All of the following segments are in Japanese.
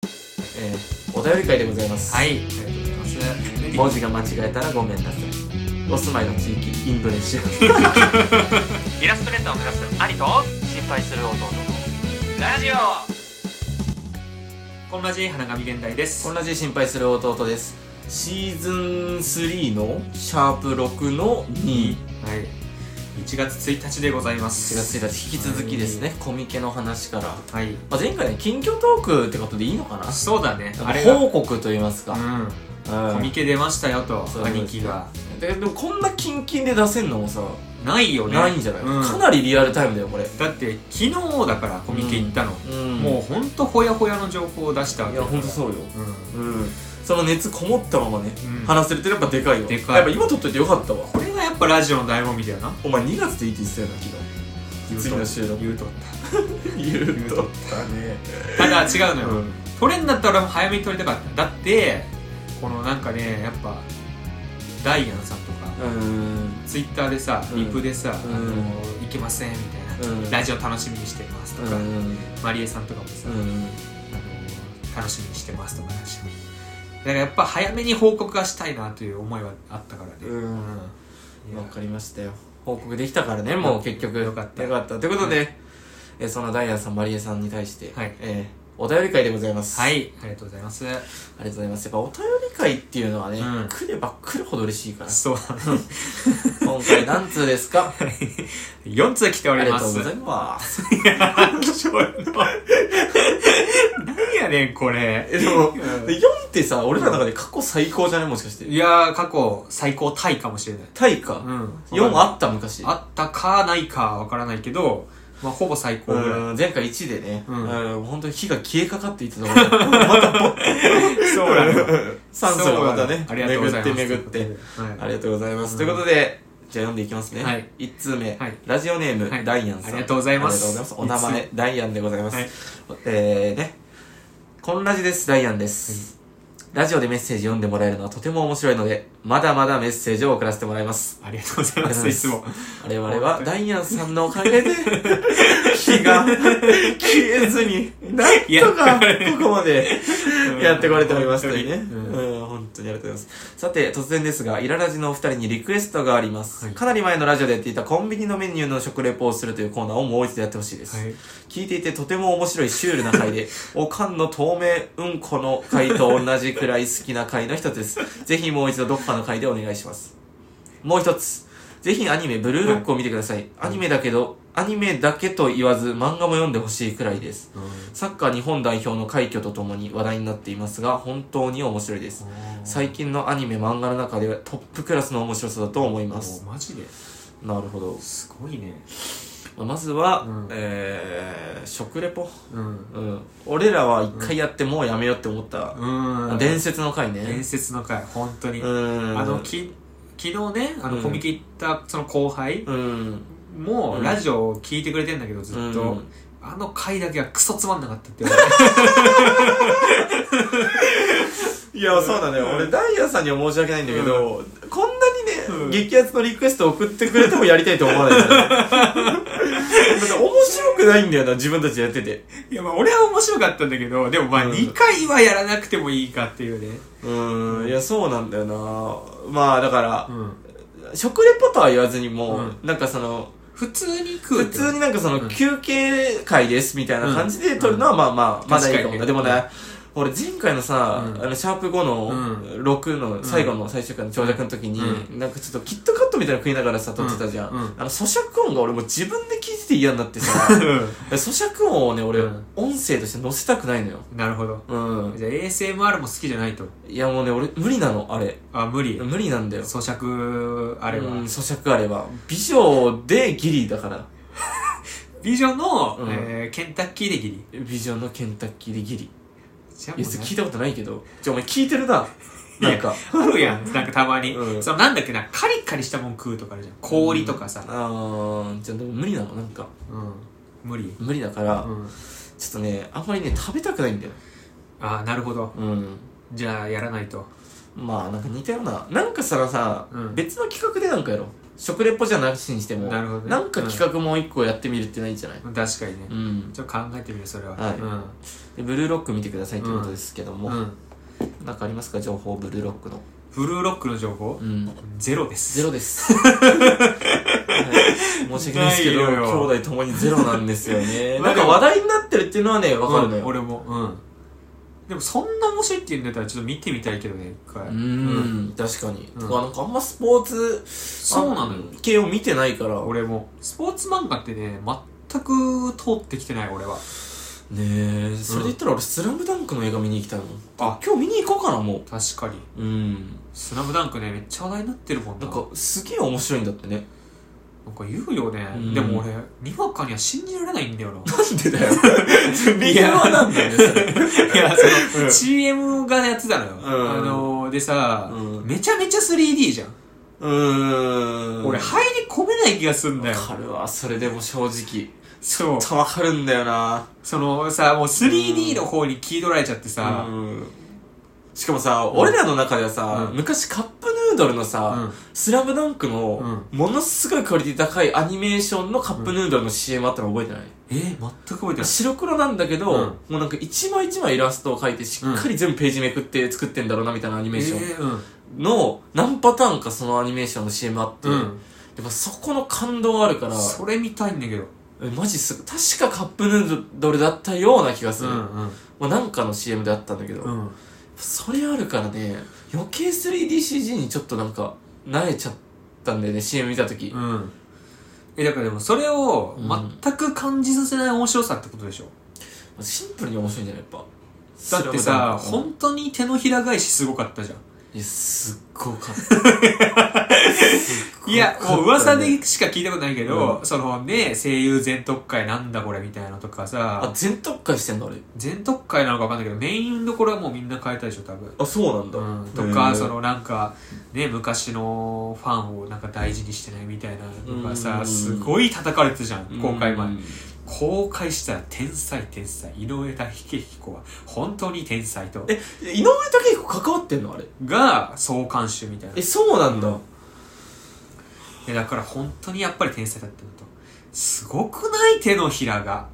えーお便り会でございます、はい、ありがとうございます。文字が間違えたらごめんなさいお住まいの地域インドネシアイラストレーターを目指す兄と心配する弟のラジオこんなじ花神現代です同じ心配する弟ですシーズン3のシャープ6の2 1はい、 1月1日でございます月1日引き続きですねコミケの話から、まはい、あ、前回ね近況トークってことでいいのかなそうだねあれが報告と言いますか、ううんコミケ出ましたよとそう兄貴がででもこんなキンキンで出せんのもさないよねないんじゃない、うんかなりリアルタイムだよこれだって昨日だからコミケ行ったの、うんもうほんとほやほやの情報を出したわいけやほんとそうようんうんその熱こもったままね、うん話せるってやっぱでかいよでかいやっぱ今撮っといてよかったわこれがやっぱラジオの醍醐味だよなお前2月でいいって言ってたよな昨次の収録言うと日言うとったねただ違うのよ、うん取れんだったら俺も早めに取りたかっただってこのなんかねやっぱダイアンさんとかうんツイッターでさうんリプでさ「うんあの行けません」みたいな、うんラジオ楽しみにしてます」とか、うんマリエさんとかもさ、うあのん楽しみにしてます」とかだしだからやっぱ早めに報告がしたいなという思いはあったからねうんいやわかりましたよ報告できたからねもう結局よかったよかったということで、えそのダイアンさんマリエさんに対して、はいえーお便り会でございますはいありがとうございますありがとうございます。やっぱお便り会っていうのはね、うん来れば来るほど嬉しいから。そう 今回何通ですか4通来て おありりがまとうすございます。貴重な何やねんこれえ、でも、ん4ってさ、俺らの中で過去最高じゃないもしかして。いやー過去最高タイかもしれないタイか。うん4あった昔。あったかないかわからないけど、まあ、ほぼ最高ぐらうん前回1でね、ううんん、本当に火が消えかかっていたところ またポッいそうなのよ酸素がまたねありがとうございます巡って巡ってあはりがとうございます、うんということでじゃあ読んでいきますね、はい1通目、はいラジオネーム、はいダイアンさんありがとうございますありがとうございますお名前ダイアンでございます、はいえーねこんラジですダイアンです、ラジオでメッセージ読んでもらえるのはとても面白いのでまだまだメッセージを送らせてもらいますいありがとうございますいつも我々はダイアンさんのおかげ で火が消えずになんとかここまでやってこれておりますというね、うんうん、本当にありがとうございますさて突然ですがイララジのお二人にリクエストがあります、はいかなり前のラジオでやっていたコンビニのメニューの食レポをするというコーナーをもう一度やってほしいです、はい聞いていてとても面白いシュールな回 でおかんの透明うんこの回と同じくらい好きな回の一つですぜひもう一度どっかの回でお願いしますもう一つぜひアニメ「ブルーロック」を見てください、アニメだけどアニメだけと言わず漫画も読んでほしいくらいですサッカー日本代表の快挙とともに話題になっていますが本当に面白いです最近のアニメ漫画の中ではトップクラスの面白さだと思いまおすマジでなるほどすごいねまあまずは、うんえー、食レポうんうん俺らは一回やってもうやめようって思った、うん伝説の回ね伝説の回本当にうあんのき昨日ねあうのんコミケ行ったその後輩うんもうんラジオを聞いてくれてんだけどずっうとんあの回だけはクソつまんなかったって言われていやそうだね俺ダイヤさんには申し訳ないんだけど、こんなにね、うん激アツのリクエスト送ってくれてもやりたいと思わないよね だって面白くないんだよな自分たちでやってて いやまあ俺は面白かったんだけどでもまあうん2回はやらなくてもいいかっていうねうんいやそうなんだよなまあだからう、ん食レポとは言わずにも、うんなんかその普通に食う普って通になんかそのうん休憩会ですみたいな感じで撮るのはまあまあまだいいと思うんだ。で確かもにね、俺前回のさ、うんあのシャープ5うの6の最後の最終回の長尺の時うに、なんかちょっとキットカットみたいなの食いながらさ、撮ってたじゃん。うんうんあの咀嚼音が俺もう自分で聞いてて嫌になってさ、 咀嚼音をね、俺、うん音声として載せたくないのよ。うん なるほどうん。じゃあ ASMR も好きじゃないといやもうね、俺無理なの、あれ。あ無理無理なんだよ。咀嚼あれはうん咀嚼あれば。美女でギリだから。美女のうんえーケンタッキーでギリ美女のケンタッキーでギリ。じゃあいや、もそうれね聞いたことないけど。じゃお前聞いてるな。なんか。あるやんなんかたまにうんそのなんだっけなカリカリしたもん食うとかあるじゃん氷とかさあー、じゃあでも無理なのなんか。うん無理無理だから、うんちょっとね、あんまりね、食べたくないんだよ。ああなるほどうん。じゃあやらないとまあ、なんか似たような。なんかさ、さ、うん別の企画でなんかやろう。食レポじゃなしにしてもなるほどねんか企画もう一個やってみるってないいんじゃないうん確かにねう。んちょっと考えてみる、それは。はいうんでブルーロック見てくださいということですけども、うん。なんかありますか情報ブルーロックのブルーロックの情報うんゼロです。ゼロ です、はい申し訳ないですけどないよ兄弟ともにゼロなんですよ ねまなあんでかも話題になってるっていうのはねわかるのうよ、ん俺も。うん。でもそんな面白いって言うんだったらちょっと見てみたいけどね、一回。うーん、確かに、うんとかなんかあんまスポーツそうなのよ。系を見てないからね俺も。スポーツ漫画ってね、全く通ってきてない、俺は。えそれで言ったら俺「スラムダンクの映画見に行きたいもんあ今日見に行こうかなも確かに。ううんスラムダンクね、めっちゃ話題になってるもんな。なんかすげえ面白いんだってねなんか言うよね、うんでも俺にわかには信じられないんだよな なんでだよ い理由やはなんだよねそれ いやその、うん CM がやってたのよ、んあのー、でさ、うんめちゃめちゃ 3D じゃん、 うーん俺入り込めない気がすんだよわかるわそれでも正直そうちょっとわかるんだよなそのさもう 3D の方に気取られちゃってさ、うんしかもさ、俺らの中ではさ、うん昔カップヌードルのさ、うんスラムダンクの、ものすごいクオリティ高いアニメーションのカップヌードルの CM あったの覚えてない、えー、全く覚えてない白黒なんだけど、うんもうなんか一枚一枚イラストを描いてしっかり全部ページめくって作ってんだろうなみたいなアニメーショえー、うんンの何パターンかそのアニメーションの CM あって、うやん、っぱそこの感動はあるから、それ見たいんだけどえマジす確かカップヌードルだったような気がすうる。んうんまあなんかの CM であったんだけど、うんそれあるからね余計 3DCG にちょっとなんか慣れちゃったんだよね CM 見た時、うんえだからでもそれをうん全く感じさせない面白さってことでしょ、シンプルに面白いんじゃないやっぱだってさスラムダンク本当に手のひら返しすごかったじゃんいやすっごかったすっ ごかったねいや、もう噂でしか聞いたことないけど、そのね、声優全特会なんだこれみたいなのとかあさ、全特化してんのあれ全特会なのかわかんないけど、メインどころはもうみんな変えたでしょ、多分。あそうなんだ、うん、へとーか、そのなんか、ね、昔のファンをなんか大事にしてないみたいなのとかうさ、んすごい叩かれてたじゃん、公開前う。ん公開したら天才天才、井上大彦は本当に天才と。え井上武彦関わってんのあれが、総監修みたいなえ。そうなんだ、えだから本当にやっぱり天才だったのと。すごくない手のひらが。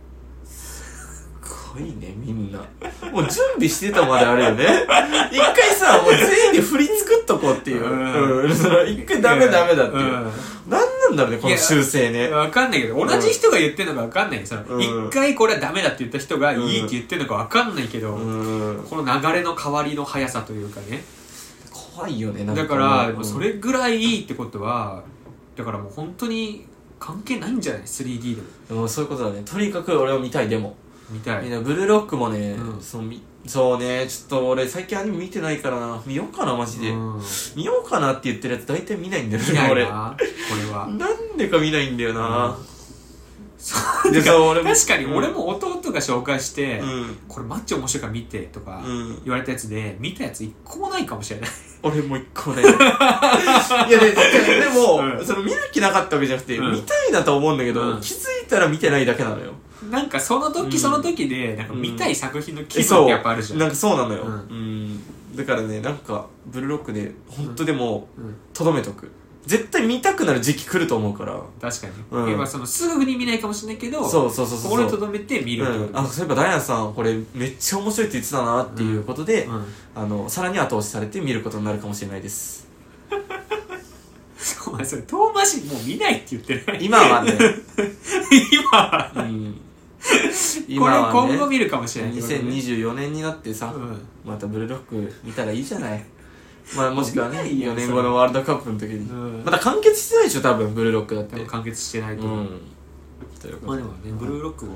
すごいねみんな もう準備してたまであれよね 一回さもう全員で振り作っとこうっていううんうんその一回 ダメダメだっていう、うんなんなんだろうねこの修正ねわかんないけど、同じ人が言ってるのかわかんないよ。その、一、うん回これはダメだって言った人がいうんいって言ってるのかわかんないけど、うんこの流れの変わりの速さというかね。怖いよねなんだから、うんでもそれぐらいいいってことは、だからもう本当に関係ないんじゃない ?3D でも。でもそういうことだねとにかく俺を見たいでもみたみいん。なブルーロックもね、うんそうみそうねちょっと俺最近アニメ見てないからな見ようかなマジで、うん見ようかなって言ってるやつ大体見ないんだよ見なね い俺な、これは。なんでか見ないんだよな、そ うでそう俺も確かに俺も弟が紹介して、うんこれマッチ面白いから見てとかうん言われたやつで、見たやつ一個もないかもしれない。俺もう一個 ねいやででも、うんその見る気なかったわけじゃなくて、うん見たいなとは思うんだけど、うん気づいたら見てないだけなのよ なんかそのう時んその時で、なんか見たい作品の気そ分っうてやっぱあるじゃん。なんかそうなのよ、ううんんだからねなんかブルーロックで本当でもうんとどめとく絶対見たくなる時期来ると思うから確かに、うん今そのすぐに見ないかもしれないけどそうそうそうそう心に留めて見るってうこん、とあそういえばダイアンさんこれめっちゃ面白いって言ってたなっていうことで、うん あのさらに後押しされて見ることになるかもしれないですお前それ遠回しにもう見ないって言ってない今はね、 今うん、これ今後見るかもしれないってことね2024年になってさ、うんまたブルーロック見たらいいじゃないまあもしくはねもう見ないよ4年後のワールドカップの時に、うんまだ完結してないでしょ多分ブルーロックだっでても完結してないとう思う、んというまことあででもねブルーロックも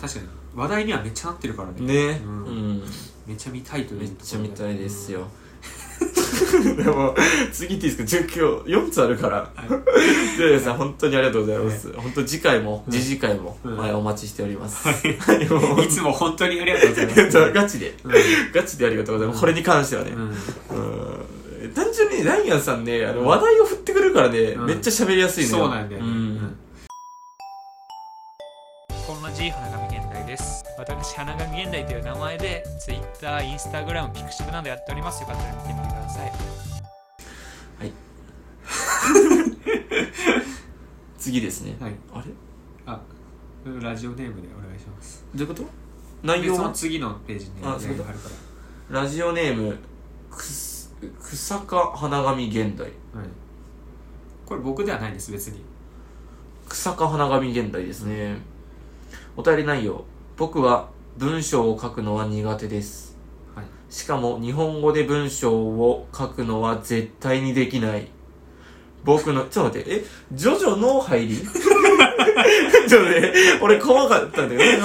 確かに話題にはめっちゃなってるからねねうんうんめっちゃ見たいというめっちゃ見たいですよ、よ でも次行っていいですか19 4つあるからはいジュリアさん本当にありがとうございます本当次回もうん次々回もうん前お待ちしておりますはいもう いつも本当にありがとうございまえっす、とガチでガチでありがとうございますこれに関してはねうんうん単純にダイアンさんねあの話題を振ってくるからね、うんめっちゃ喋りやすいのよそうなんだよね、うんこんなじ花神現代です私花神現代という名前で Twitter、Instagram、ピクシブなどやっておりますよかったら見てみてくださいはい次ですね。はいあれどあラジオネームでお願いしますういうこと内で容そのは次のページにああそういうことるかラジオネーム、くす、くさか花神現代。ら、はい、これ僕ではないです別に くさか花神現代ですね。お便り内容。僕は文章を書くのは苦手です。はいしかも日本語で文章を書くのは絶対にできない。僕の、ちょっと待って、え、ジョジョの入 りちょっとね、俺怖かったんだけど、え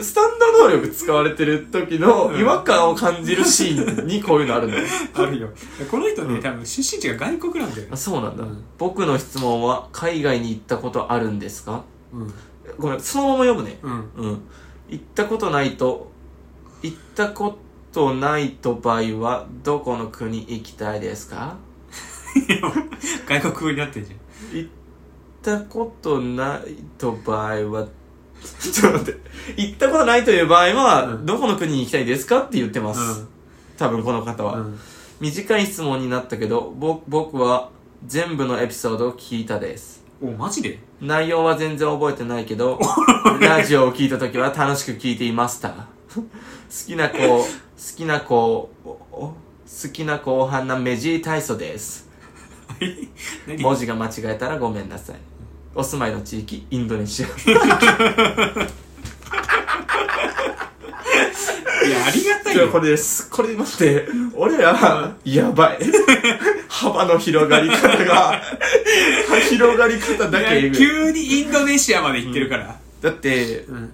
スタンド能力使われてる時の違和感を感じるシーンにこういうのあるの。あるよこの人ね、うん多分出身地が外国なんだよねあ、そうなんだ、うん僕の質問は、海外に行ったことあるんですかうんごめん、そのまま読むね。うんうん。行ったことないと、行ったことないと場合は、どこの国行きたいですか外国語になってんじゃん行ったことないと場合は、 ちょっと待って、行ったことないという場合は、うんどこの国に行きたいですかって言ってます。多分この方は。うんうん短い質問になったけど、ぼ僕は全部のエピソードを聞いたです。おマジで 内容は全然覚えてないけ ど、ラジオを聞いた時は楽しく聞いていました。好きな子、好きな子、おお好きな後半な目尻体操です。何文字が間違えたらごめんなさい。お住まいの地域、インドネシア。いやありがたいじゃあよこれです。これ待って、俺ら、やば い。幅の広がり方 が、広がり方だけえいやぐい急にインドネシアまで行ってるから、だって、うん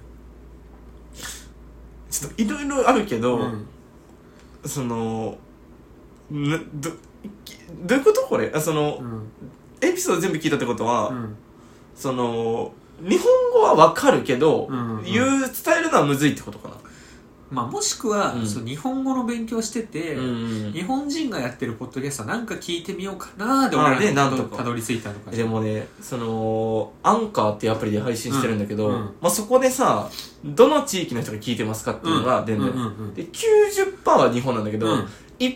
ちょっといろいろあるけど、うんそのなどきどういうことこれあその、うんエピソード全部聞いたってことは、うんその日本語はわかるけど、うんうん言う伝えるのはむずいってことかな、まあ、もしくは、うんそう日本語の勉強してて、うん日本人がやってるポッドキャストはなんか聞いてみようかなーであ俺でらなんとかたどり着いたのかでもねそのアンカーっていうアプリで配信してるんだけど、うんうんまあ、そこでさどの地域の人が聞いてますかっていうのが出るうんのうよ、んうんで90%は日本なんだけど、うん1%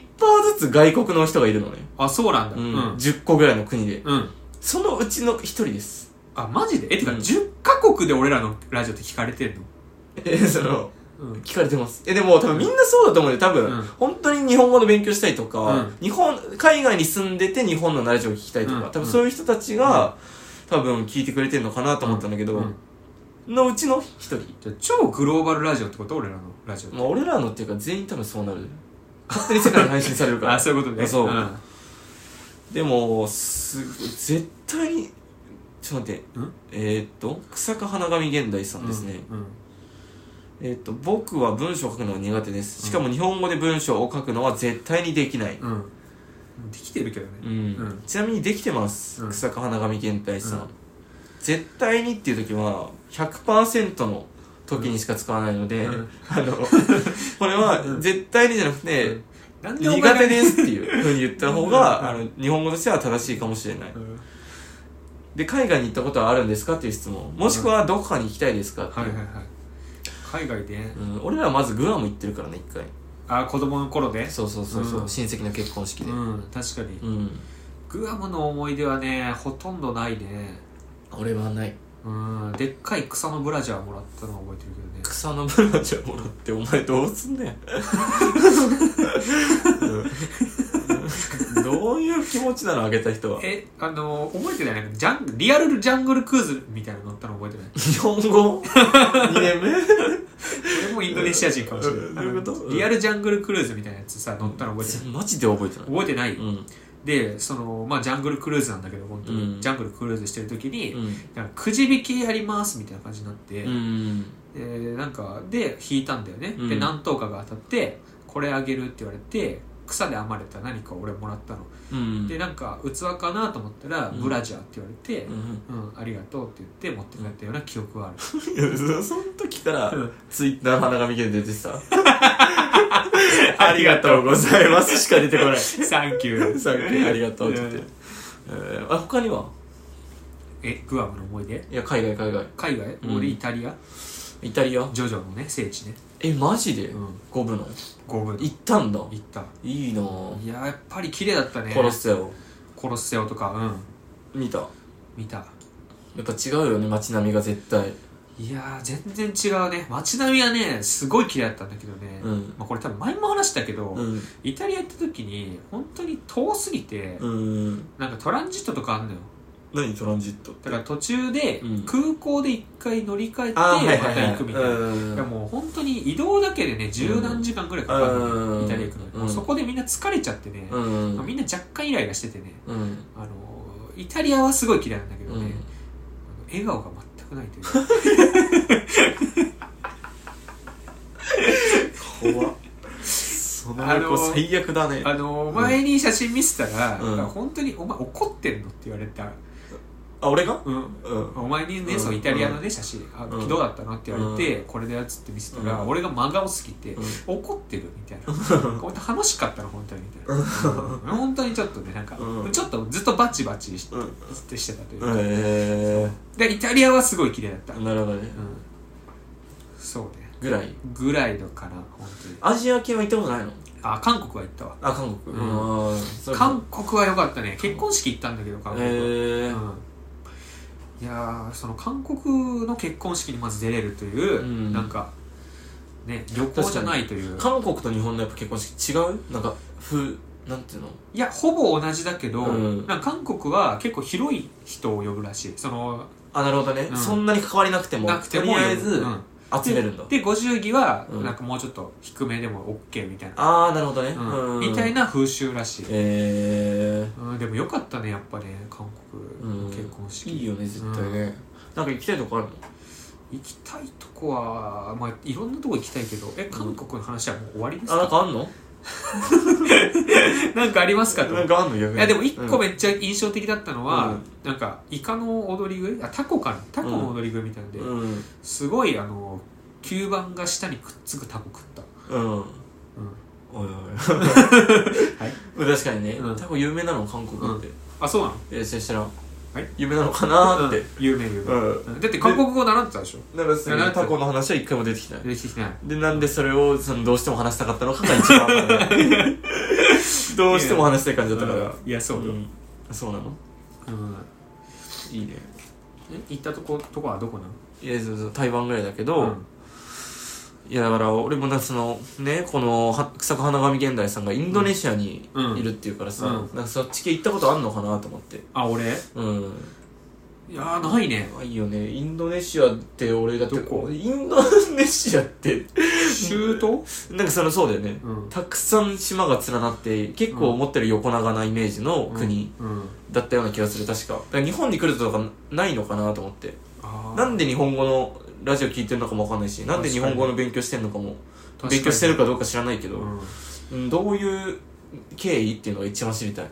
ずつ外国の人がいるのね、あそうなんだううんん、うん10個ぐらいの国でそのうちの1人です あマジでえてか、うん10カ国で俺らのラジオって聞かれてんのえ、その、うん聞かれてます。え、でも多分みんなそうだと思うよ。多分、うん本当に日本語の勉強したいとか、うん日本、海外に住んでて日本のラジオを聞きたいとか、うん多分そういう人たちが、多分聞いてくれてるのかなと思ったんだけど、うんのうちの一人。じゃあ超グローバルラジオってこと俺らのラジオってまあ俺らのっていうか全員多分そうなる。勝手に世界に配信されるから あ。そういうことねあそうんでも、すごい、絶対に、ちょっと待ってん、えー、っと、草加花神現代さんですね。うんえっと、僕は文章を書くのは苦手です。しかも日本語で文章を書くのは絶対にできない。うん、うんできてるけどねうん。うんちなみにできてます。うん草加花神健太さん,、うん絶対にっていう時は、100%の時にしか使わないので、うんあの、 これはうん絶対にじゃなくて、うんなんでお前が苦手ですっていうふうに言った方が、あうんの、日本語としては正しいかもしれない。うんで、海外に行ったことはあるんですかっていう質問。もしくは、どこかに行きたいですかって。はいいうはいはい海外でうん、俺らまずグアム行ってるからね、一回。あ子供の頃でそうそうそうそう、うん親戚の結婚式で、うん確かにうん、グアムの思い出はねほとんどないね俺はないうんでっかい草のブラジャーもらったのは覚えてるけどね草のブラジャーもらってお前どうすんねん、うん どういう気持ちなのあげた人はえあの覚えてないなんかジャンリアルジャングルクーズみたいなの乗ったの覚えてない日本語2年目俺もインドネシア人かもしれないうんどういうことあのリアルジャングルクルーズみたいなやつさ乗ったの覚えてないマジで覚えてない、覚えてない、うんでそのまあジャングルクルーズなんだけど本当に、うんジャングルクルーズしてる時に、うんなんかくじ引きやりますみたいな感じになって、うんでなんかで引いたんだよね、うんで何等かが当たってこれあげるって言われて草で編まれた何かを俺もらったの、うんでなんか器かなと思ったら、うんブラジャーって言われて、ううんんありがとうって言って持って帰ったような記憶はある、いやそその時から うんツイッターの花紙券出て さありがとうございますしか出てこ ないサン キューさっきありがとうって言ってうん。えーあ、他にはえグアムの思い出いや、海外、海外。海外、うん俺イタリアイタリアジョジョのね聖地ねえ、マジでうん五部のゴブ行行ったんだ。ったいいなぁ。いややっぱり綺麗だったね殺すよ。コロッセオとかうん見た。見たやっぱ違うよね街並みが絶対いやー全然違うね街並みはねすごい綺麗だったんだけどね、うんまあ、これ多分前も話したけど、うんイタリア行った時に本当に遠すぎて、うんなんかトランジットとかあんのよ何トランジットってだから途中でうん空港で一回乗り換えてああまはいはいたはい行くみたいな、うんいやもう本当に移動だけでね十何時間くらいかかるのね、うんイタリア行くのに、うんもうそこでみんな疲れちゃってね、うんまあみんな若干イライラしててねうんあのイタリアはすごい嫌いなんだけどうね、ん笑顔が全くないというか怖っそのあの子最悪だねあの前に写真見せたら、うんなんか本当に「お前怒ってんの?」って言われた、あ俺がうん、うんお前にね、うんそのイタリアのね写真、あうんどうだったのって言われて、これだよっつって見せたら、うん俺が真顔すぎて、うん怒ってるみたいなこうやって楽しかったの本当にみたいな、本当にちょっとねなんか、うんちょっとずっとバチバチしうんてしてたというか、えでイタリアはすごい綺麗だった、えうんなるほどねそうねぐらいぐらいのかな本当にアジア系は行ったことないのあ韓国は行ったわあ韓国うんうんそれ韓国は良かったね結婚式行ったんだけど韓国は、ええうんいやーその韓国の結婚式にまず出れるという、うんなんかね旅行じゃないという韓国と日本のやっぱ結婚式違うなんかふなんていうのいやほぼ同じだけど、うんなんか韓国は結構広い人を呼ぶらしいそのあなるほどねうんそんなに関わりなくてもなくてともりあえずうん集めるんだで50儀はうんなんかもうちょっと低めでも OK みたいな、ああなるほどねうんうんみたいな風習らしい、えうん、でもよかったねやっぱね韓え国の結婚式、いいよね絶対ねなんか行きたいとこあるの行きたいとこはまあいろんなとこ行きたいけどえ韓国の話はもう終わりですあなんか、かあんのなんかありますかとなんかあんの逆にいやでも一個目めっちゃ印象的だったのは、うんなんかイカの踊り食いあタコかなタコの踊り食いみたいなんで、うんすごいあの吸盤が下にくっつくタコ食った、うんおいおいはい 確かにね、うんタコ有名なの韓国って、あそうなのえそしたら、い有名なのかなーって、有名有名、うんだって韓国語習ってたでしょだからそいやなのんかタコの話は一回も出てきない出てきてないでなんでそれをそのどうしても話したかったのかが一番わからない どうしても話したい感じだったから、いやそうだ、うんんそうなのいいねえ行ったとことこはどこなのいやそうそう台湾ぐらいだけど、いやだから俺もなそのねこのは草加花神現代さんがインドネシアにうんいるっていうからさ、うんなんかそっち系行ったことあんのかなと思ってあ俺いうんやーないねあいいよねインドネシアって俺だってどこインドネシアって中東なんかそのそうだよねうんたくさん島が連なって結構持ってる横長なイメージの国うんだったような気がする確かだから日本に来るとかないのかなと思ってあーなんで日本語のラジオ聞いてるのかもわかんないしなんで日本語の勉強してんのかも確かに勉強してるかどうか知らないけど、うんうんどういう経緯っていうのが一番知りたい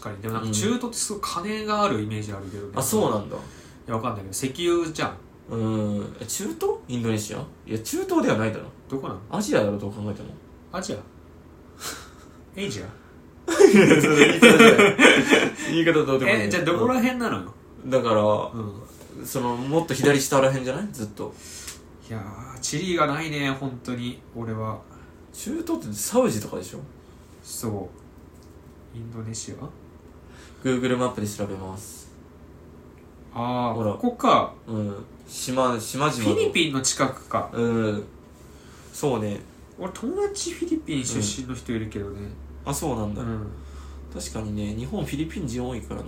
確かにでもなんか中東ってすごい金があるイメージあるけどね、あそうなんだいやわかんないけど石油じゃんうんえ中東インドネシアいや中東ではないだろどこなのアジアだろどう考え てもアジア エイジア言い方じゃない言い方どうでもいいえじゃあどこら辺なのよ、だかうん、らそのもっと左下ら辺じゃないずっといやー地理がないね本当に俺は中東ってサウジとかでしょそうインドネシ Google マップで調べますアああほらここかうん島島々フのィリピンの近くかうんそうね俺友達フィリピン出身の人いるけどねあそうなんうだ、ん、確かにね日本フィリピン人多いからな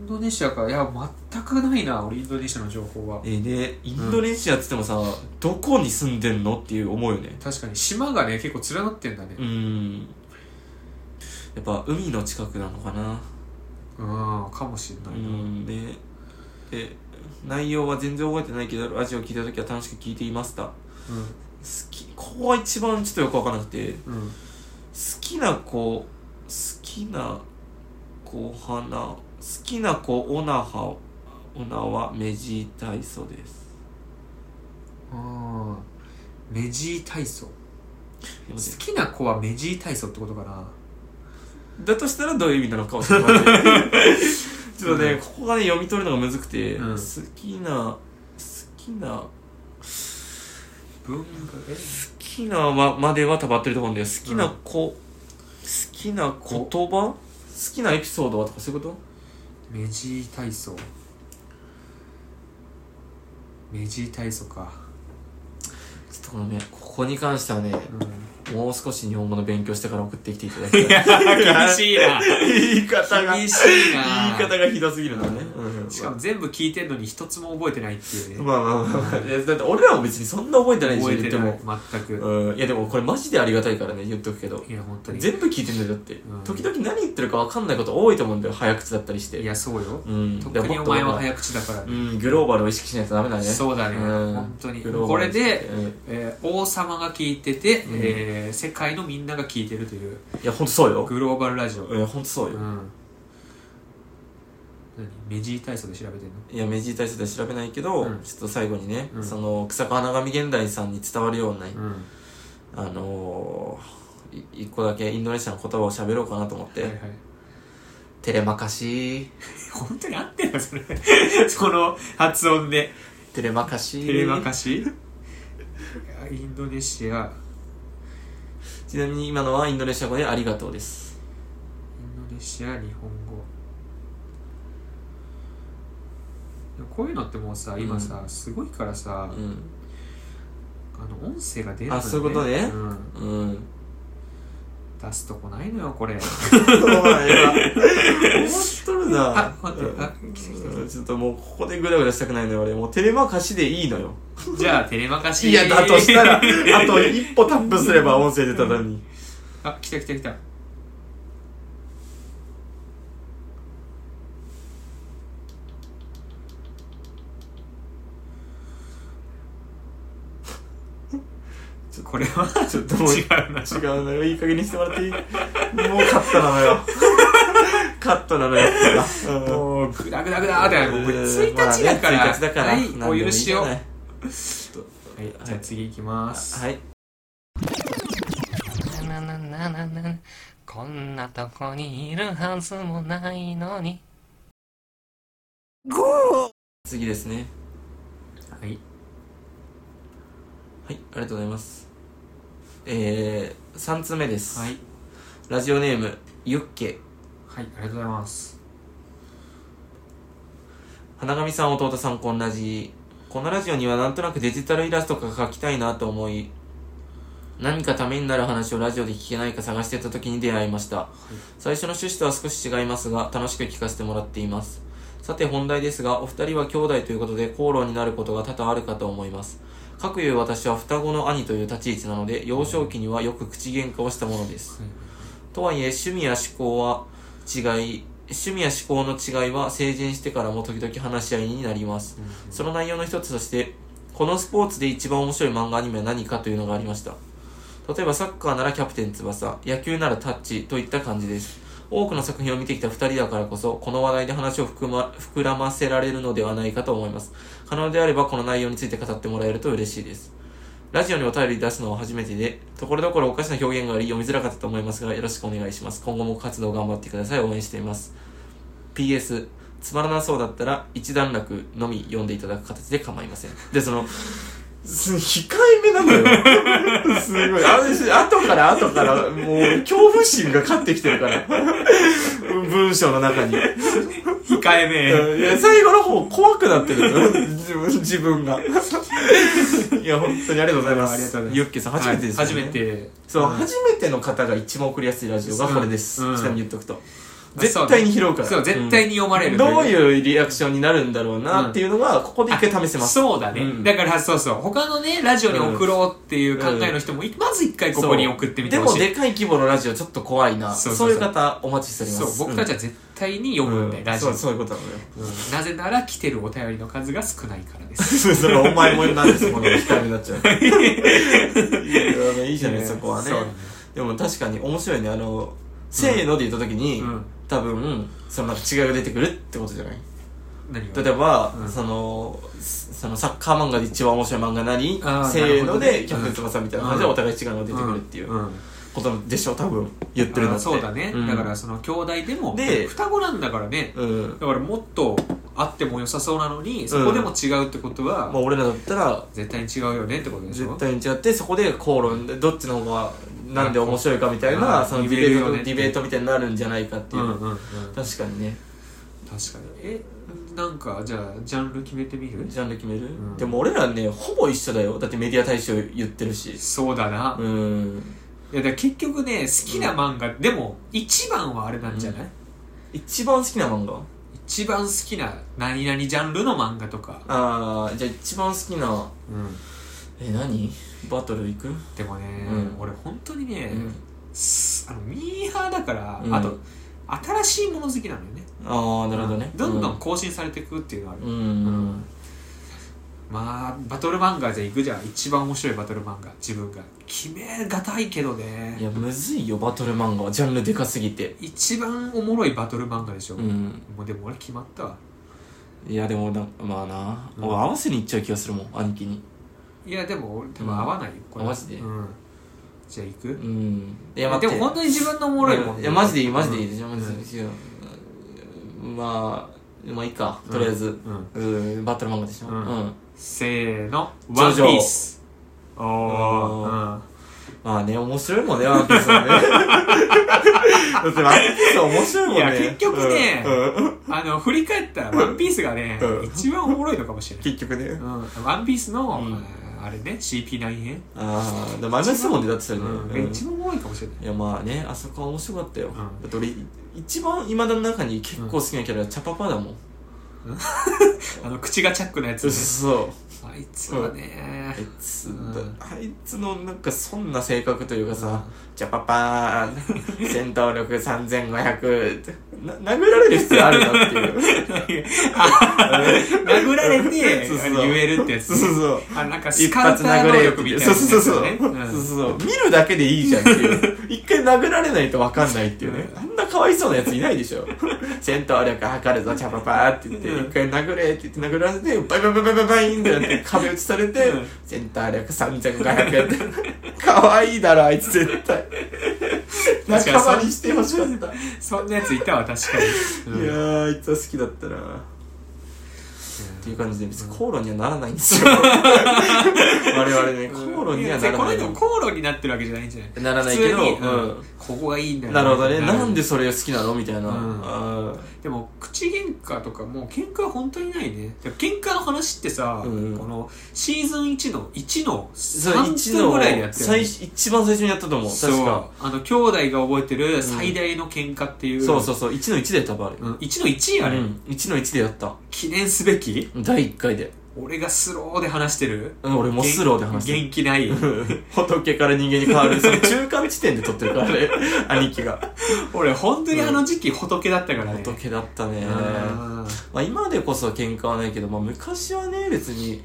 インドネシアかいや全くないな俺インドネシアの情報はえーねインドネシアっつってもさ、どこに住んでんのっていう思うよね確かに島がね結構連なってんだねうんやっぱ海の近くなのかなうんかもしんなういな、んねで内容は全然覚えてないけどラジオ聞いた時は楽しく聞いていました好きここは一番ちょっとよく分からなくて好うんうんきな子好きな子花好きな子オナハオナはメジ体操ですあーメジー体操でも好ねきな子はメジー体操ってことかなだとしたら どういう意味なのかを知らないちょっとね、うんここがね読み取るのがむずくて、うん好きな好きな好文えきなままでは多分合ってると思うんだよ好きな子、好きな言葉好きなエピソードはとかそういうことメジー体操明治体操かちょっとこのね、ここに関してはね、うもう少し日本語の勉強してから送ってきていただきたい。厳しいな言い方が、厳しいな言い方がひどすぎるのね。うんしかも全部聞いてんのに一つも覚えてないっていうねまあまあまあまあ。いやだって俺らも別にそんな覚えてないでしょ、覚え言っててないも。全くうん。いやでもこれマジでありがたいからね、言っとくけど。いや本当に全部聞いてんだよ、だってうん。時々何言ってるかわかんないこと多いと思うんだよ、早口だったりしいて。やそうようん。特にお前は口。早口だからうねん、グローバルを意識しないとダメだね。そうだねうん本当にグローバルを意識これでうんえー王様が聞いててうんえー世界のみんなが聞いてるといういや、ほんとそうよ。グローバルラジオうん、ほんとそううよ。ん何メジー体操で調べてんのいや、メジー体操では調べないけど、うんちょっと最後にね、うんその、草川長見現代さんに伝わるような、うんあのー、い一個だけインドネシアの言葉を喋ろうかなと思って、はいはいテレマカシー、本当に合ってるのそれ この発音でテレマカシー。テレマカシいやインドネシアちなみに今のはインドネシア語でありがとうです。インドネシア日本語でもこういうのってもうさ今さ、すごいからさ、うん。あの音声が出るのよあそういうことねん、うん。出すとこないのよこれお前は、思っとるな。あ待ってあ来た来た来たうんちょっともうここでグダグダしたくないのよ、俺。もうテレマカシでいいのよ。じゃあテレマカシいや、だとした ら、あと一歩タップすれば音声出たのに。あ来た来た来 たこれはちょっともう違うな違うのよ。いい加減にしてもらっていいもうカットなのよ。 カットなのよ。うんもうグダグダグダーってもうこれ1日だから,、まあね1日だから。はいお許しをなんでもいいじゃないはい、じゃあ次行きます、はい。なななななこんなとこにいるはずもないのに次ですね。はいはい、ありがとうございます。えー、3つ目です。はい、ラジオネーム、ユッケ。はい、ありがとうございます花神さん、弟さん、こんなじ。このラジオにはなんとなくデジタルイラストが描きたいなと思い、何かためになる話をラジオで聞けないか探してた時に出会いました。最初の趣旨とは少し違いますが、楽しく聞かせてもらっています。さて本題ですが、お二人は兄弟ということで口論になることが多々あるかと思います。かくいう私は双子の兄という立ち位置なので、幼少期にはよく口喧嘩をしたものです。とはいえ趣味や思考は違い趣味や思考の違いは成人してからも時々話し合いになりますその内容の一つとしてこのスポーツで一番面白い漫画アニメは何かというのがありました例えばサッカーならキャプテン翼野球ならタッチといった感じです多くの作品を見てきた2人だからこそこの話題で話を含ま膨らませられるのではないかと思います可能であればこの内容について語ってもらえると嬉しいですラジオにお便り出すのは初めてで、ところどころおかしな表現があり読みづらかったと思いますが、よろしくお願いします。今後も活動頑張ってください。応援しています。PS、つまらなそうだったら、一段落のみ読んでいただく形で構いません。で、その、す控えめなのよ。すごい。あ後から後から、もう、恐怖心が勝ってきてるから。文章の中に。控えめいや最後の方怖くなってるよ自分自分がいや本当にありがとうございますありがとうございますユッケさん初めてですよね、はい初めてそう、ん初めての方が一番送りやすいラジオがこれです、うんちなみに言っとくとあ絶対に拾うからそう絶対に読まれるうんどういうリアクションになるんだろうなっていうのがここで一回試せます、そうだね、うんだからそうそう他のねラジオに送ろうっていう考えの人も、まず一回ここに送ってみてほしいでもでかい規模のラジオちょっと怖いなそそううそうそういう方お待ちしておりますそう僕たちは絶対に読むんで、うんラジオ、そうそういうことなのようんなぜなら来てるお便りの数が少ないからで すそれお前もなんですもの控えめになっちゃういやいやいいじゃないそこはねそうだねでも確かに面白いねあの「せーの」で言った時に、うん多分そのなんか違いが出てくるってことじゃない何が例えば、うんそのすそのサッカー漫画で一番面白い漫画なりあーせーのなるほどでねキャプテン翼みたいな感じでお互い違うのが出てくるっていうんんことでしょ多分言ってるのあってそうだね、んだからその兄弟でもで双子なんだからねうんだからもっとあっても良さそうなのにそこでも違うってことは、まあ俺らだったら絶対に違うよねってことでしょ絶対に違ってそこで口論でどっちの方がなんで面白いかみたいあなそのディベートディベートねディベートみたいになるんじゃないかってういんう、うんうん確か確かにねにえなんかじゃあジャンル決めてみるジャンル決める、んでも俺らねほぼ一緒だよだってメディア大賞言ってるしそうだな、ういんやだから結局ね好きな漫画、でも一番はあれなんじゃない、一番好きな漫画一番好きな何々ジャンルの漫画とか、あーじゃあ一番好きなうん、え何バトル行くでもね、うん俺本当にね、うんすあのミーハーだから、うんあと新しいもの好きなのよねああなるほどねどんどん更新されていくっていうのはある、うん、うんまあバトル漫画じゃ行くじゃん一番面白いバトル漫画自分が決めがたいけどいねやむずいよバトル漫画はジャンルでかすぎて一番おもろいバトル漫画でしょ、うんもうでも俺決まったわいやでもなまあな、うん俺合わせに行っちゃう気がするもん兄貴にいやでも俺多分合わないよ、これあマジでうん、じゃあ行く、うんいいや待でっても本当に自分のおもろいもん、いやマジでいいマジでいい、うんじゃあマジでいいようんまあまあいいかとりあえず、うんうんバトル漫画でしょ、ううんんせーのジョジョワンピースおお、うんうんまあね面白いもんねワンピース はねだってワンピースは面白いもんねいや結局ねうんうんあの、振り返ったら、ワンピースが ねう、ん一番おもろいのかもしれない。結局ねうん、ワンピースの、うんあれね、CP9 編、ああでもマイナスもんでだってそれね、うん、一番おもろいかもしれない。いやまあねあそこは面白かったよ、んだって俺一番今だの中に結構好きなキャラはチャパパだもん、あの、口がチャックのやつ、そうね。そうあいつはねあい、つ、うんあいつのなんかそんな性格というかさ「チャパパーン戦闘力3500」ってな殴られる必要あるなっていう 殴られて、そうそうあの言えるってやつ。そうそうそうあなんかス一カウ発ター殴能れよ力みたいなやつ、そうね。そうそうそう,、んそうそう見るだけでいいじゃんっていう一回殴られないと分かんないっていうねあんなかわいそうなやついないでしょ戦闘力測るぞチャパパーって言ってうん一回殴れって言って殴られてバイバイバイバイバイバインってやって壁打ちされて、うん戦闘力3500円ってかわいいだろあいつ絶対確かにそう仲間にしてほしかった、そんなやついたわ、確かに。う んいやーあいつは好きだったなっていう感じで別に口論にはならないんですよ我々ね口論にはならこのない人も口論になってるわけじゃないんじゃなないらないけど、普通にうんここがいいんだよなるほどね、なんでそれ好きなのみたいな、うんあでも口喧嘩とかもう喧嘩は本当にないねでも喧嘩の話ってさ、うんこのシーズン1の1のーそう一3分のぐらいでやってる最初一番最初にやったと思うそう確かあの兄弟が覚えてる最大の喧嘩っていう、そうそうそう1の1で多分あれ、うん、1の1あれ、うん、1の1でやった記念すべき第1回で、俺がスローで話してるうん、俺もスローで話してる元気ないうん仏から人間に変わるその中間地点で撮ってるからね兄貴が俺本当にあの時期仏だったからね、仏だったねうんまあ、今でこそ喧嘩はないけど、まあ、昔はね別に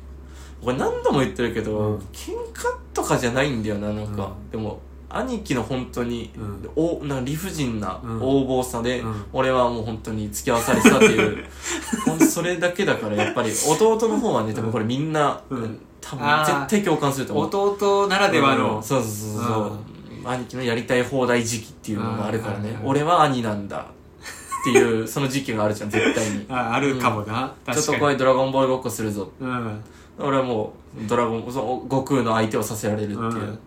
これ何度も言ってるけど、うん喧嘩とかじゃないんだよななんか、でも兄貴の本当に、うんおなんか理不尽なうん横暴さで、うん俺はもう本当に付き合わされてたっていう ほんとそれだけだからやっぱり弟の方はね多分これみんな、うん多あ分ー絶対共感すると思う弟ならではうのん、そうそうそうそう、兄貴のやりたい放題時期っていうのがあるからね、うん俺は兄なんだっていうその時期があるじゃん絶対にああるかもな、ちょっ確とかにこれドラゴンボールごっこするぞうん俺はもうドラゴンその悟空の相手をさせられるっていう、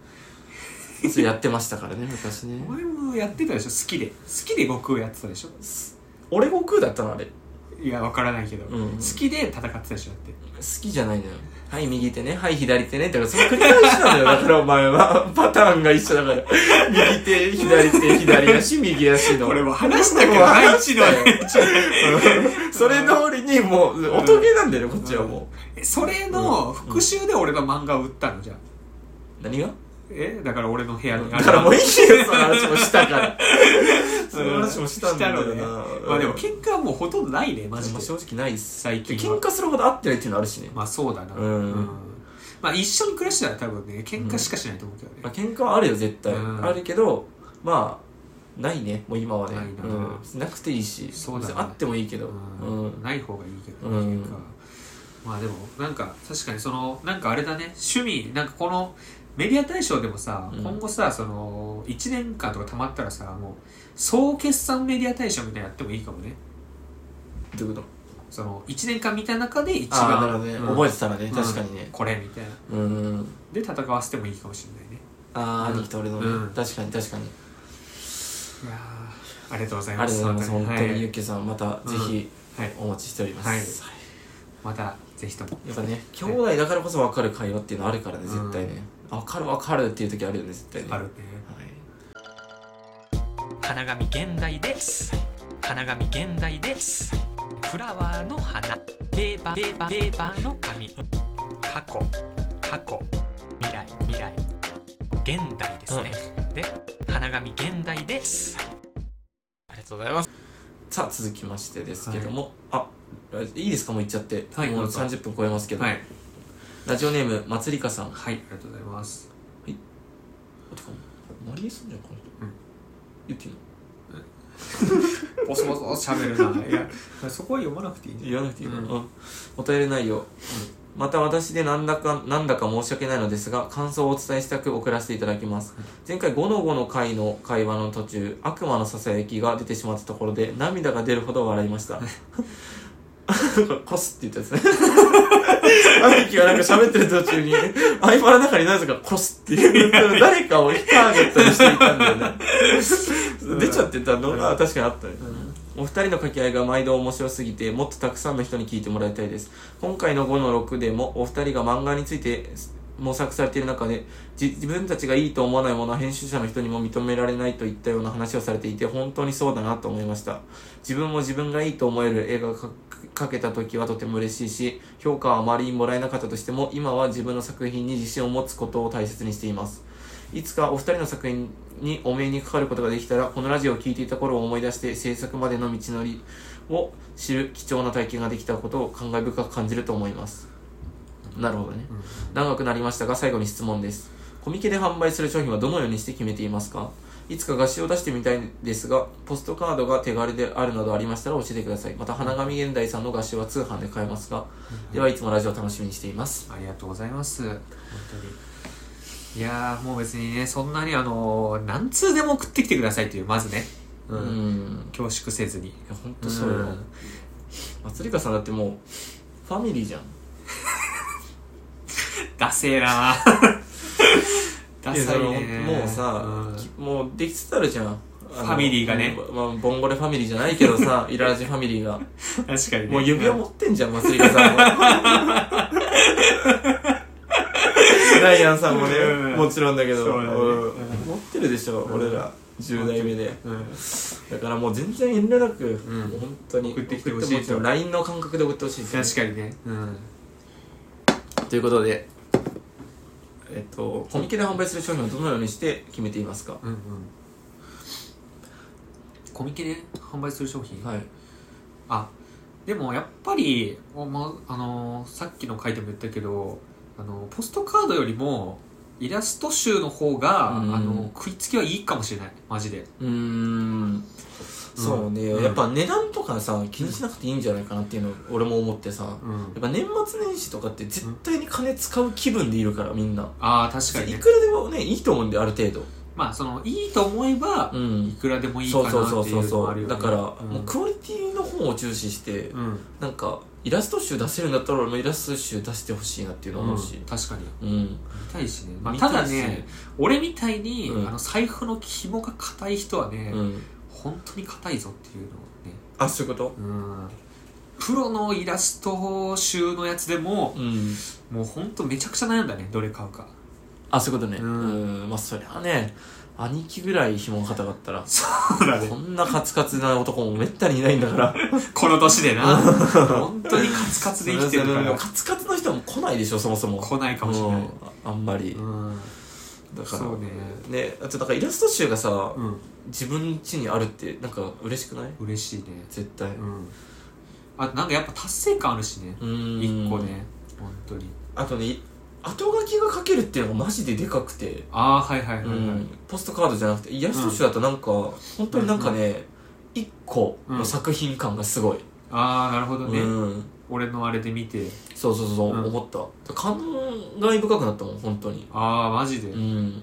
それやってましたからね昔ねお前もやってたでしょ好きで好きで悟空やってたでしょ俺悟空だったのあれ好いやわからないけど、うん好きで戦ってたでしょだってきじゃないのよはい右手ねはい左手ねってその繰り返しなのよだからお前はパターンが一緒だから右手左手左足右足の俺も話したけどな一のうんそれ通りにもう音ゲーなんだよねこっちはもえそれの復習で俺の漫画を売ったのじゃあう何がえだから俺の部屋にあだからもういいよその話もしたから その話もしたんだよのねなまあでも喧嘩はもうほとんどないねマジまであ正直ないっす最近は喧嘩するほど合ってないっていうのあるしね、まあそうだなうんまあ一緒に暮らしてたら多分ね喧嘩しかしないと思うけどまあ、ね、喧嘩はあるよ絶対、うんあるけどまあないねもう今はねないなうん、なくていいしそうだ別ねにあってもいいけどううんんない方がいいけど、うん喧嘩はまあでもなんか確かにそのなんかあれだね趣味なんかこのメディア大賞でもさ、うん今後さその1年間とかたまったらさもう総決算メディア大賞みたいなのやってもいいかもねどういうことその1年間見た中で一あ番あなるほどね、うん覚えてたらね確かにうんねこれみたいなうん、で戦わせてもいいかもしれないねああうん兄貴と俺のね、うん確かに確かにいやーありがとうございあまりがすとうございます。本当にはゆっけさん、またぜひはいお持ちしております、はいまたぜひともやっぱね兄弟だからこそ分かる会話っていうのあるからね絶対ね、分かる分かるっていう時あるよね絶対ねあるはね花紙現代です花紙現代ですフラワーの花ペーパーペーパーペーパーの紙過去過去未来未来現代ですね、で花紙現代ですありがとうございますいさあ続きましてですけども、あいいですかもう行っちゃって、はいもうどうぞ30分超えますけど、はいラジオネームまつりかさんはいありがとうございますてかマリエさんじゃんこの人うんゆきのボソボソ喋るないやそこは読まなくていいんじゃ 言わないなくていいの、うんうんお便り内容、また私でなんだかなんだか申し訳ないのですが感想をお伝えしたく送らせていただきます前回「5の5の回」の会話の途中悪魔のささやきが出てしまったところで涙が出るほど笑いました こすって言ったやつね 兄貴がなんか喋ってる途中に合間の中になぜかこすって言 う誰かをターゲットにしていたんだよね出ちゃってたのが確かにあったね、お二人の掛け合いが毎度面白すぎてもっとたくさんの人に聞いてもらいたいです今回の5の6でもお二人が漫画について模索されている中でじ自分たちがいいと思わないものは編集者の人にも認められないといったような話をされていて本当にそうだなと思いました自分も自分がいいと思える映画がかかけた時はとても嬉しいし評価はあまりもらえなかったとしても今は自分の作品に自信を持つことを大切にしていますいつかお二人の作品にお目にかかることができたらこのラジオを聴いていた頃を思い出して制作までの道のりを知る貴重な体験ができたことを感慨深く感じると思いますなるほどねうん長くなりましたが最後に質問ですコミケで販売する商品はどのようにして決めていますかいつか合詞を出してみたいですがポストカードが手軽であるなどありましたら教えてくださいまた花紙現代さんの合詞は通販で買えますがではいつもラジオ楽しみにしていますありがとうございます。本当に。いやー、もう別にね、そんなにあのー、何通でも送ってきてくださいという、まずね。う。うんんい恐縮せずに。やほんとそうよ、うんまつりかさんだってもうファミリーじゃんダセーなー。ダいやサそいのねもうさ、きもうできつつあるじゃんあのファミリーがねまあ、ボンゴレファミリーじゃないけど さイララジファミリーがうん確かにね。もう指輪持ってんじゃんまつりかさんもライアンさんもねうんもちろんだけどそうだねうん持ってるでしょうん俺ら10代目でうん。だからもう全然遠慮なく、んもう本当に送ってきてほし送いとっもらって LINE の感覚で送ってほしいですね確かにね。うん。ということで、えっと、コミケで販売する商品をどのようにして決めていますか、うんうん。コミケで販売する商品はい、あでもやっぱり、おまあのーさっきの回でも言ったけど、あのポストカードよりもイラスト集の方が、うんあの食いつきはいいかもしれないマジでうーんそうね、うんやっぱ値段とかさ気にしなくていいんじゃないかなっていうの俺も思ってさやうんっぱ年末年始とかって絶対に金使う気分でいるからみんな、ああ確かにいねくらでもねいいと思うんである程度まあそのいいと思えば、ういんくらでもいいかそなうっていそううそうそうのもそあるうよねだから、うんもうクオリティの方を重視して、うん、なんかイラスト集出せるんだったら俺もイラスト集出してほしいなっていうの思うしうん確かに見うん、たいしね、まあ、見たいだしね俺みたいに、うんあの財布の紐が硬い人はね、うん本当に硬いぞっていうのをねあそういうことうんプロのイラスト集のやつでもうんもうほんとめちゃくちゃ悩んだねどれ買うかあそういうことねううんんまあそりゃね兄貴ぐらい紐が固かったらそうだこんなカツカツな男もめったにいないんだ からこの年 でな本当にカツカツで生きてるかもうらカツカツの人も来ないでしょそもそも来ないかもしれないうんああんまりうんだからそうねねあとだからイラスト集がさうん自分家にあるってなんか嬉しくない嬉しいね絶対うんあなんかやっぱ達成感あるしねうん一個ね本当にあとね後書きが書けるっていうのがマジででかくてああはいはいはいはうい、んポストカードじゃなくてイラスト集だとなんか、本当になんかね、一個の作品感がすごい、ああなるほどね、うん俺のあれで見てそうそうそう、うん思った感慨深くなったもん本当にああマジで、 うん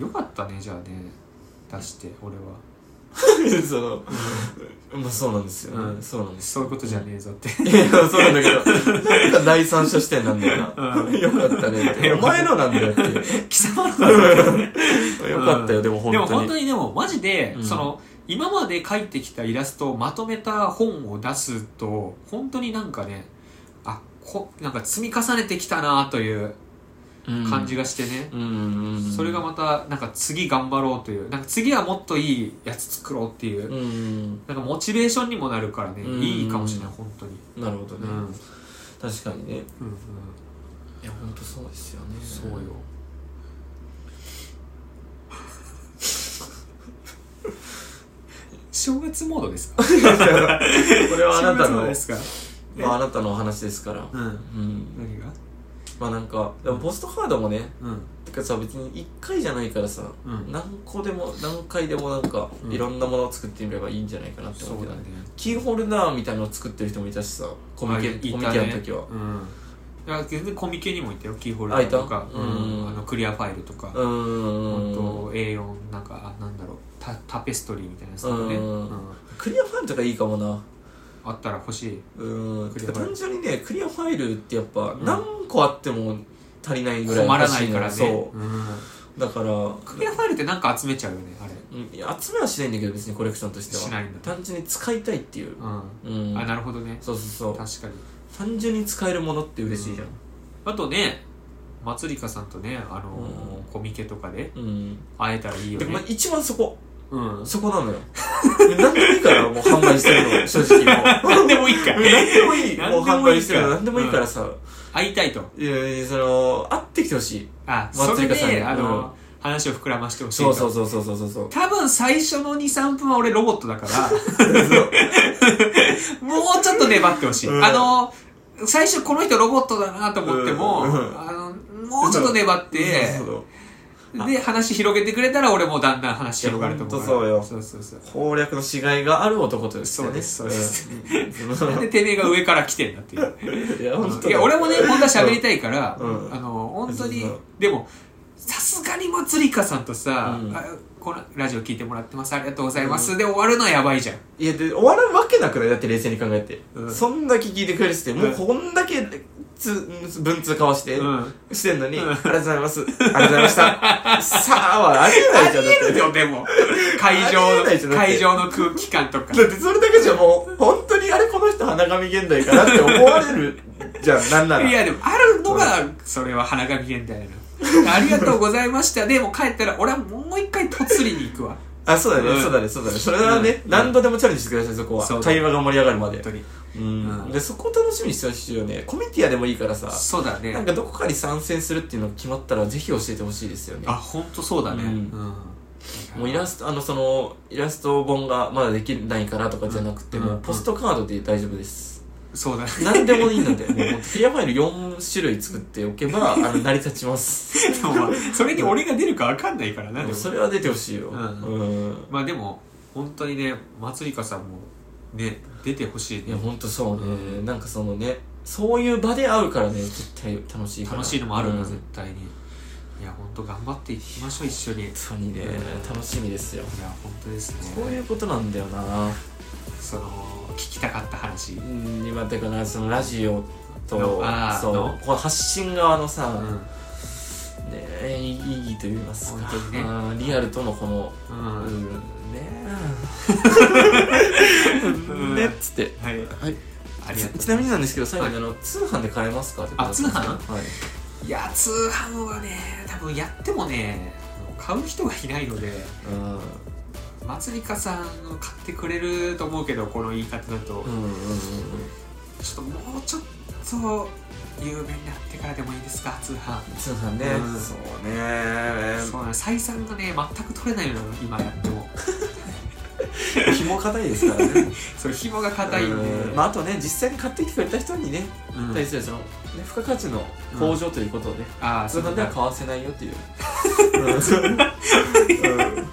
よかったねじゃあね出して俺はその、まあそうなんですよね、うんそうなんですそういうことじゃねえぞっていやそうなんだけどなんか第三者視点なんだよな、うよかったねってお前のなんだよっていう貴様の よかったよ、でも本でも当本に当にでもマジで、うんその今まで描いてきたイラストをまとめた本を出すと本当になんかねあこなんか積み重ねてきたなという感じが、がしてね、うんうんうん、それがまたなんか次頑張ろうというなんか次はもっといいやつ作ろうっていう、うんうんなんかモチベーションにもなるからね、うんいいかもしれない本当にうんなるほどうね、ん、うん確かにねうん、いや本当そうですよねそうよ正月モードですかこれはあなた正月モードのですかまああなたのお話ですからうんうん何がまあなんかでもポストカードもねうんてかさ別に1回じゃないからさうん何個でも何回でもなんかうんいろんなものを作ってみればいいんじゃないかなってそ思っうてだたねねキーホルダーみたいなのを作ってる人もいたしさコミケあいたねコミケの時はうんいや全然コミケにもいたよキーホルダーとかあいたううんんあのクリアファイルとかうあーんと A4 なんかあなんだろうタタペストリーみたいなやつとかね、うんうんクリアファイルとかいいかもなあったら欲しいうーんクてリアかファイル単純にねクリアファイルってやっぱうん何個あっても足りないぐら困いら欲なしいのからね、そうん、うだからクリアファイルってなんか集めちゃうよねあれうんいや集めはしないんだけど別にコレクションとしてはしないんだ単純に使いたいっていう、ううんん、あなるほどねそうそうそう確かに単純に使えるものって嬉しいじゃんあとねまつりかさんとね、あのーうんコミケとかでうん、会えたらいいよでまあね、一番そこうん、そこなのよ何でもいいからもう販売してるの正直もう何でもいいか 何でもいいもう販売してるの何何でもいいからさ、 会いたいといやいやその会ってきてほしいあまそつれりかさんで、あのーうん話を膨らましてほしいそうとそうそうそうそうそうそう多分最初の23分は俺ロボットだからもうちょっと粘ってほしい、うんあの最初この人ロボットだなと思っても、うんうんあのもうちょっと粘って、そうそうそうで話広げてくれたら俺もだんだん話広がると思うからいやほんとそうそうそう攻略のしがいがある男とですよねそうですうんそ なんでてめえが上から来てんだっていうのいや本当いや俺もね本当は喋りたいから、うんあの本当にそうそうでもさすがにまつりかさんとさ、うんあこのラジオ聞いてもらってますありがとうございます、で終わるのはやばいじゃんいやで終わるわけなくないだって冷静に考えて、うんそんだけ聞いてくれててもううんこんだけつ文通交わして、うんしてんのに、うんありがとうございますありがとうございましたさあはありえないじゃんだってだよ、でも。会ありえないじゃん場の、だって会場の空気感とか。だってそれだけじゃもう本当にあれこの人花神現代かなって思われるじゃんなんならいや、でも、あるのが、それは花神現代の。ありがとうございました。でも帰ったら、俺はもう一回とつりに行くわ。あそうだね、うんそうだねそうだねそれはね、うん何度でもチャレンジしてくださいそこそはうだね対話が盛り上がるまで本当に。うん、うんでそこを楽しみにしてほしいよねコミティアでもいいからさそうだなんね。かどこかに参戦するっていうのが決まったらぜひ教えてほしいですよねあ、ほんとそうだね。ううんん。もうイラストあのそのイラスト本がまだできないからとかじゃなくて、うんもううんポストカードで大丈夫です、そうだね。何でもいい のでもうクリアファイル4種類作っておけばあの成り立ちます でもまあ、それに俺が出るかわかんないからな、でも。それは出てほしいよ、うんうんまあでも、本当にね、まつりかさんも、ね、出てほしいいやね。ほんとそうね、うなんかそのねそういう場で会うからね絶対楽しいから楽しいのもあるんだ、うん絶対に。いや、ほんと頑張っていきましょう、一緒に。いや、本当にね楽しみですよほんとですね。そういうことなんだよなその聞きたかった話ううんん今だからそのラジオとのあーそのうこの発信側のさ、うんね、意義と言いますか本当にねあーリアルとのこの、うんはねんねっつっていはいありがとうちなみになんですけど最後にあの、通販で買えますかってことだったんですけどあはい、いや通販はね多分やってもね買う人がいないのでまつりかさんを買ってくれると思うけどこの言い方だと、うんうんうんうんちょっともうちょっと有名になってからでもいいですか通販通販ね、うんそうねそうなの採算がね全く取れないのよ今やっても 紐硬いですからねそう紐が硬いんで、うんまあ、あとね実際に買ってきてくれた人にね、うん対するその、ね、付加価値の向上ということで、ああ通そ販うなんではだ買わせないよっていううん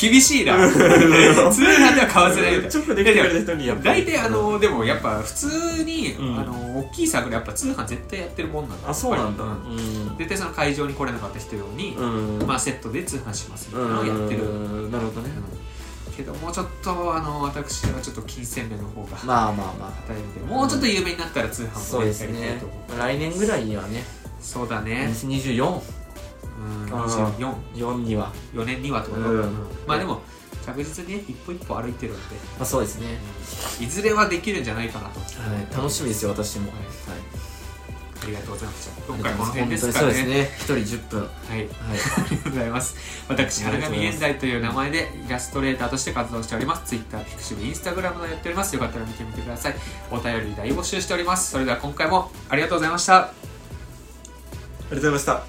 厳しいな通販では買わせないよ直できてくれた人にやっぱり大体あのでもやっぱ普通に、うんあの大きいサークルやっぱ通販絶対やってるもんなんだあそうなんだやっぱりうん絶対その会場に来れなかった人用に、うんうんまあセットで通販しますみたいなのをうんやってる、うんなるほどねけどもうちょっとあの私はちょっと金銭面の方がまあまあま硬いのでもうちょっと有名になったら通販あもそうですやりたねいと思う来年ぐらいにはねそうだね2024うんあー4 244には年にはってことか、うんうんまあでも確実にね一歩一歩歩いてるんで、あ、そうですね、いずれはできるんじゃないかなと、はい、楽しみですよ私も、ははいいありがとうございますあ今りがと回うごこのざい辺でますすかそうらでねすね一人10分ははいいありがとうございます。私、あり花がとうございます神現代という名前でイラストレーターとして活動しております。Twitter、ピクシブ、Instagram などやっております。よかったら見てみてください。お便り大募集しております。それでは今回もありがとうございました。ありがとうございました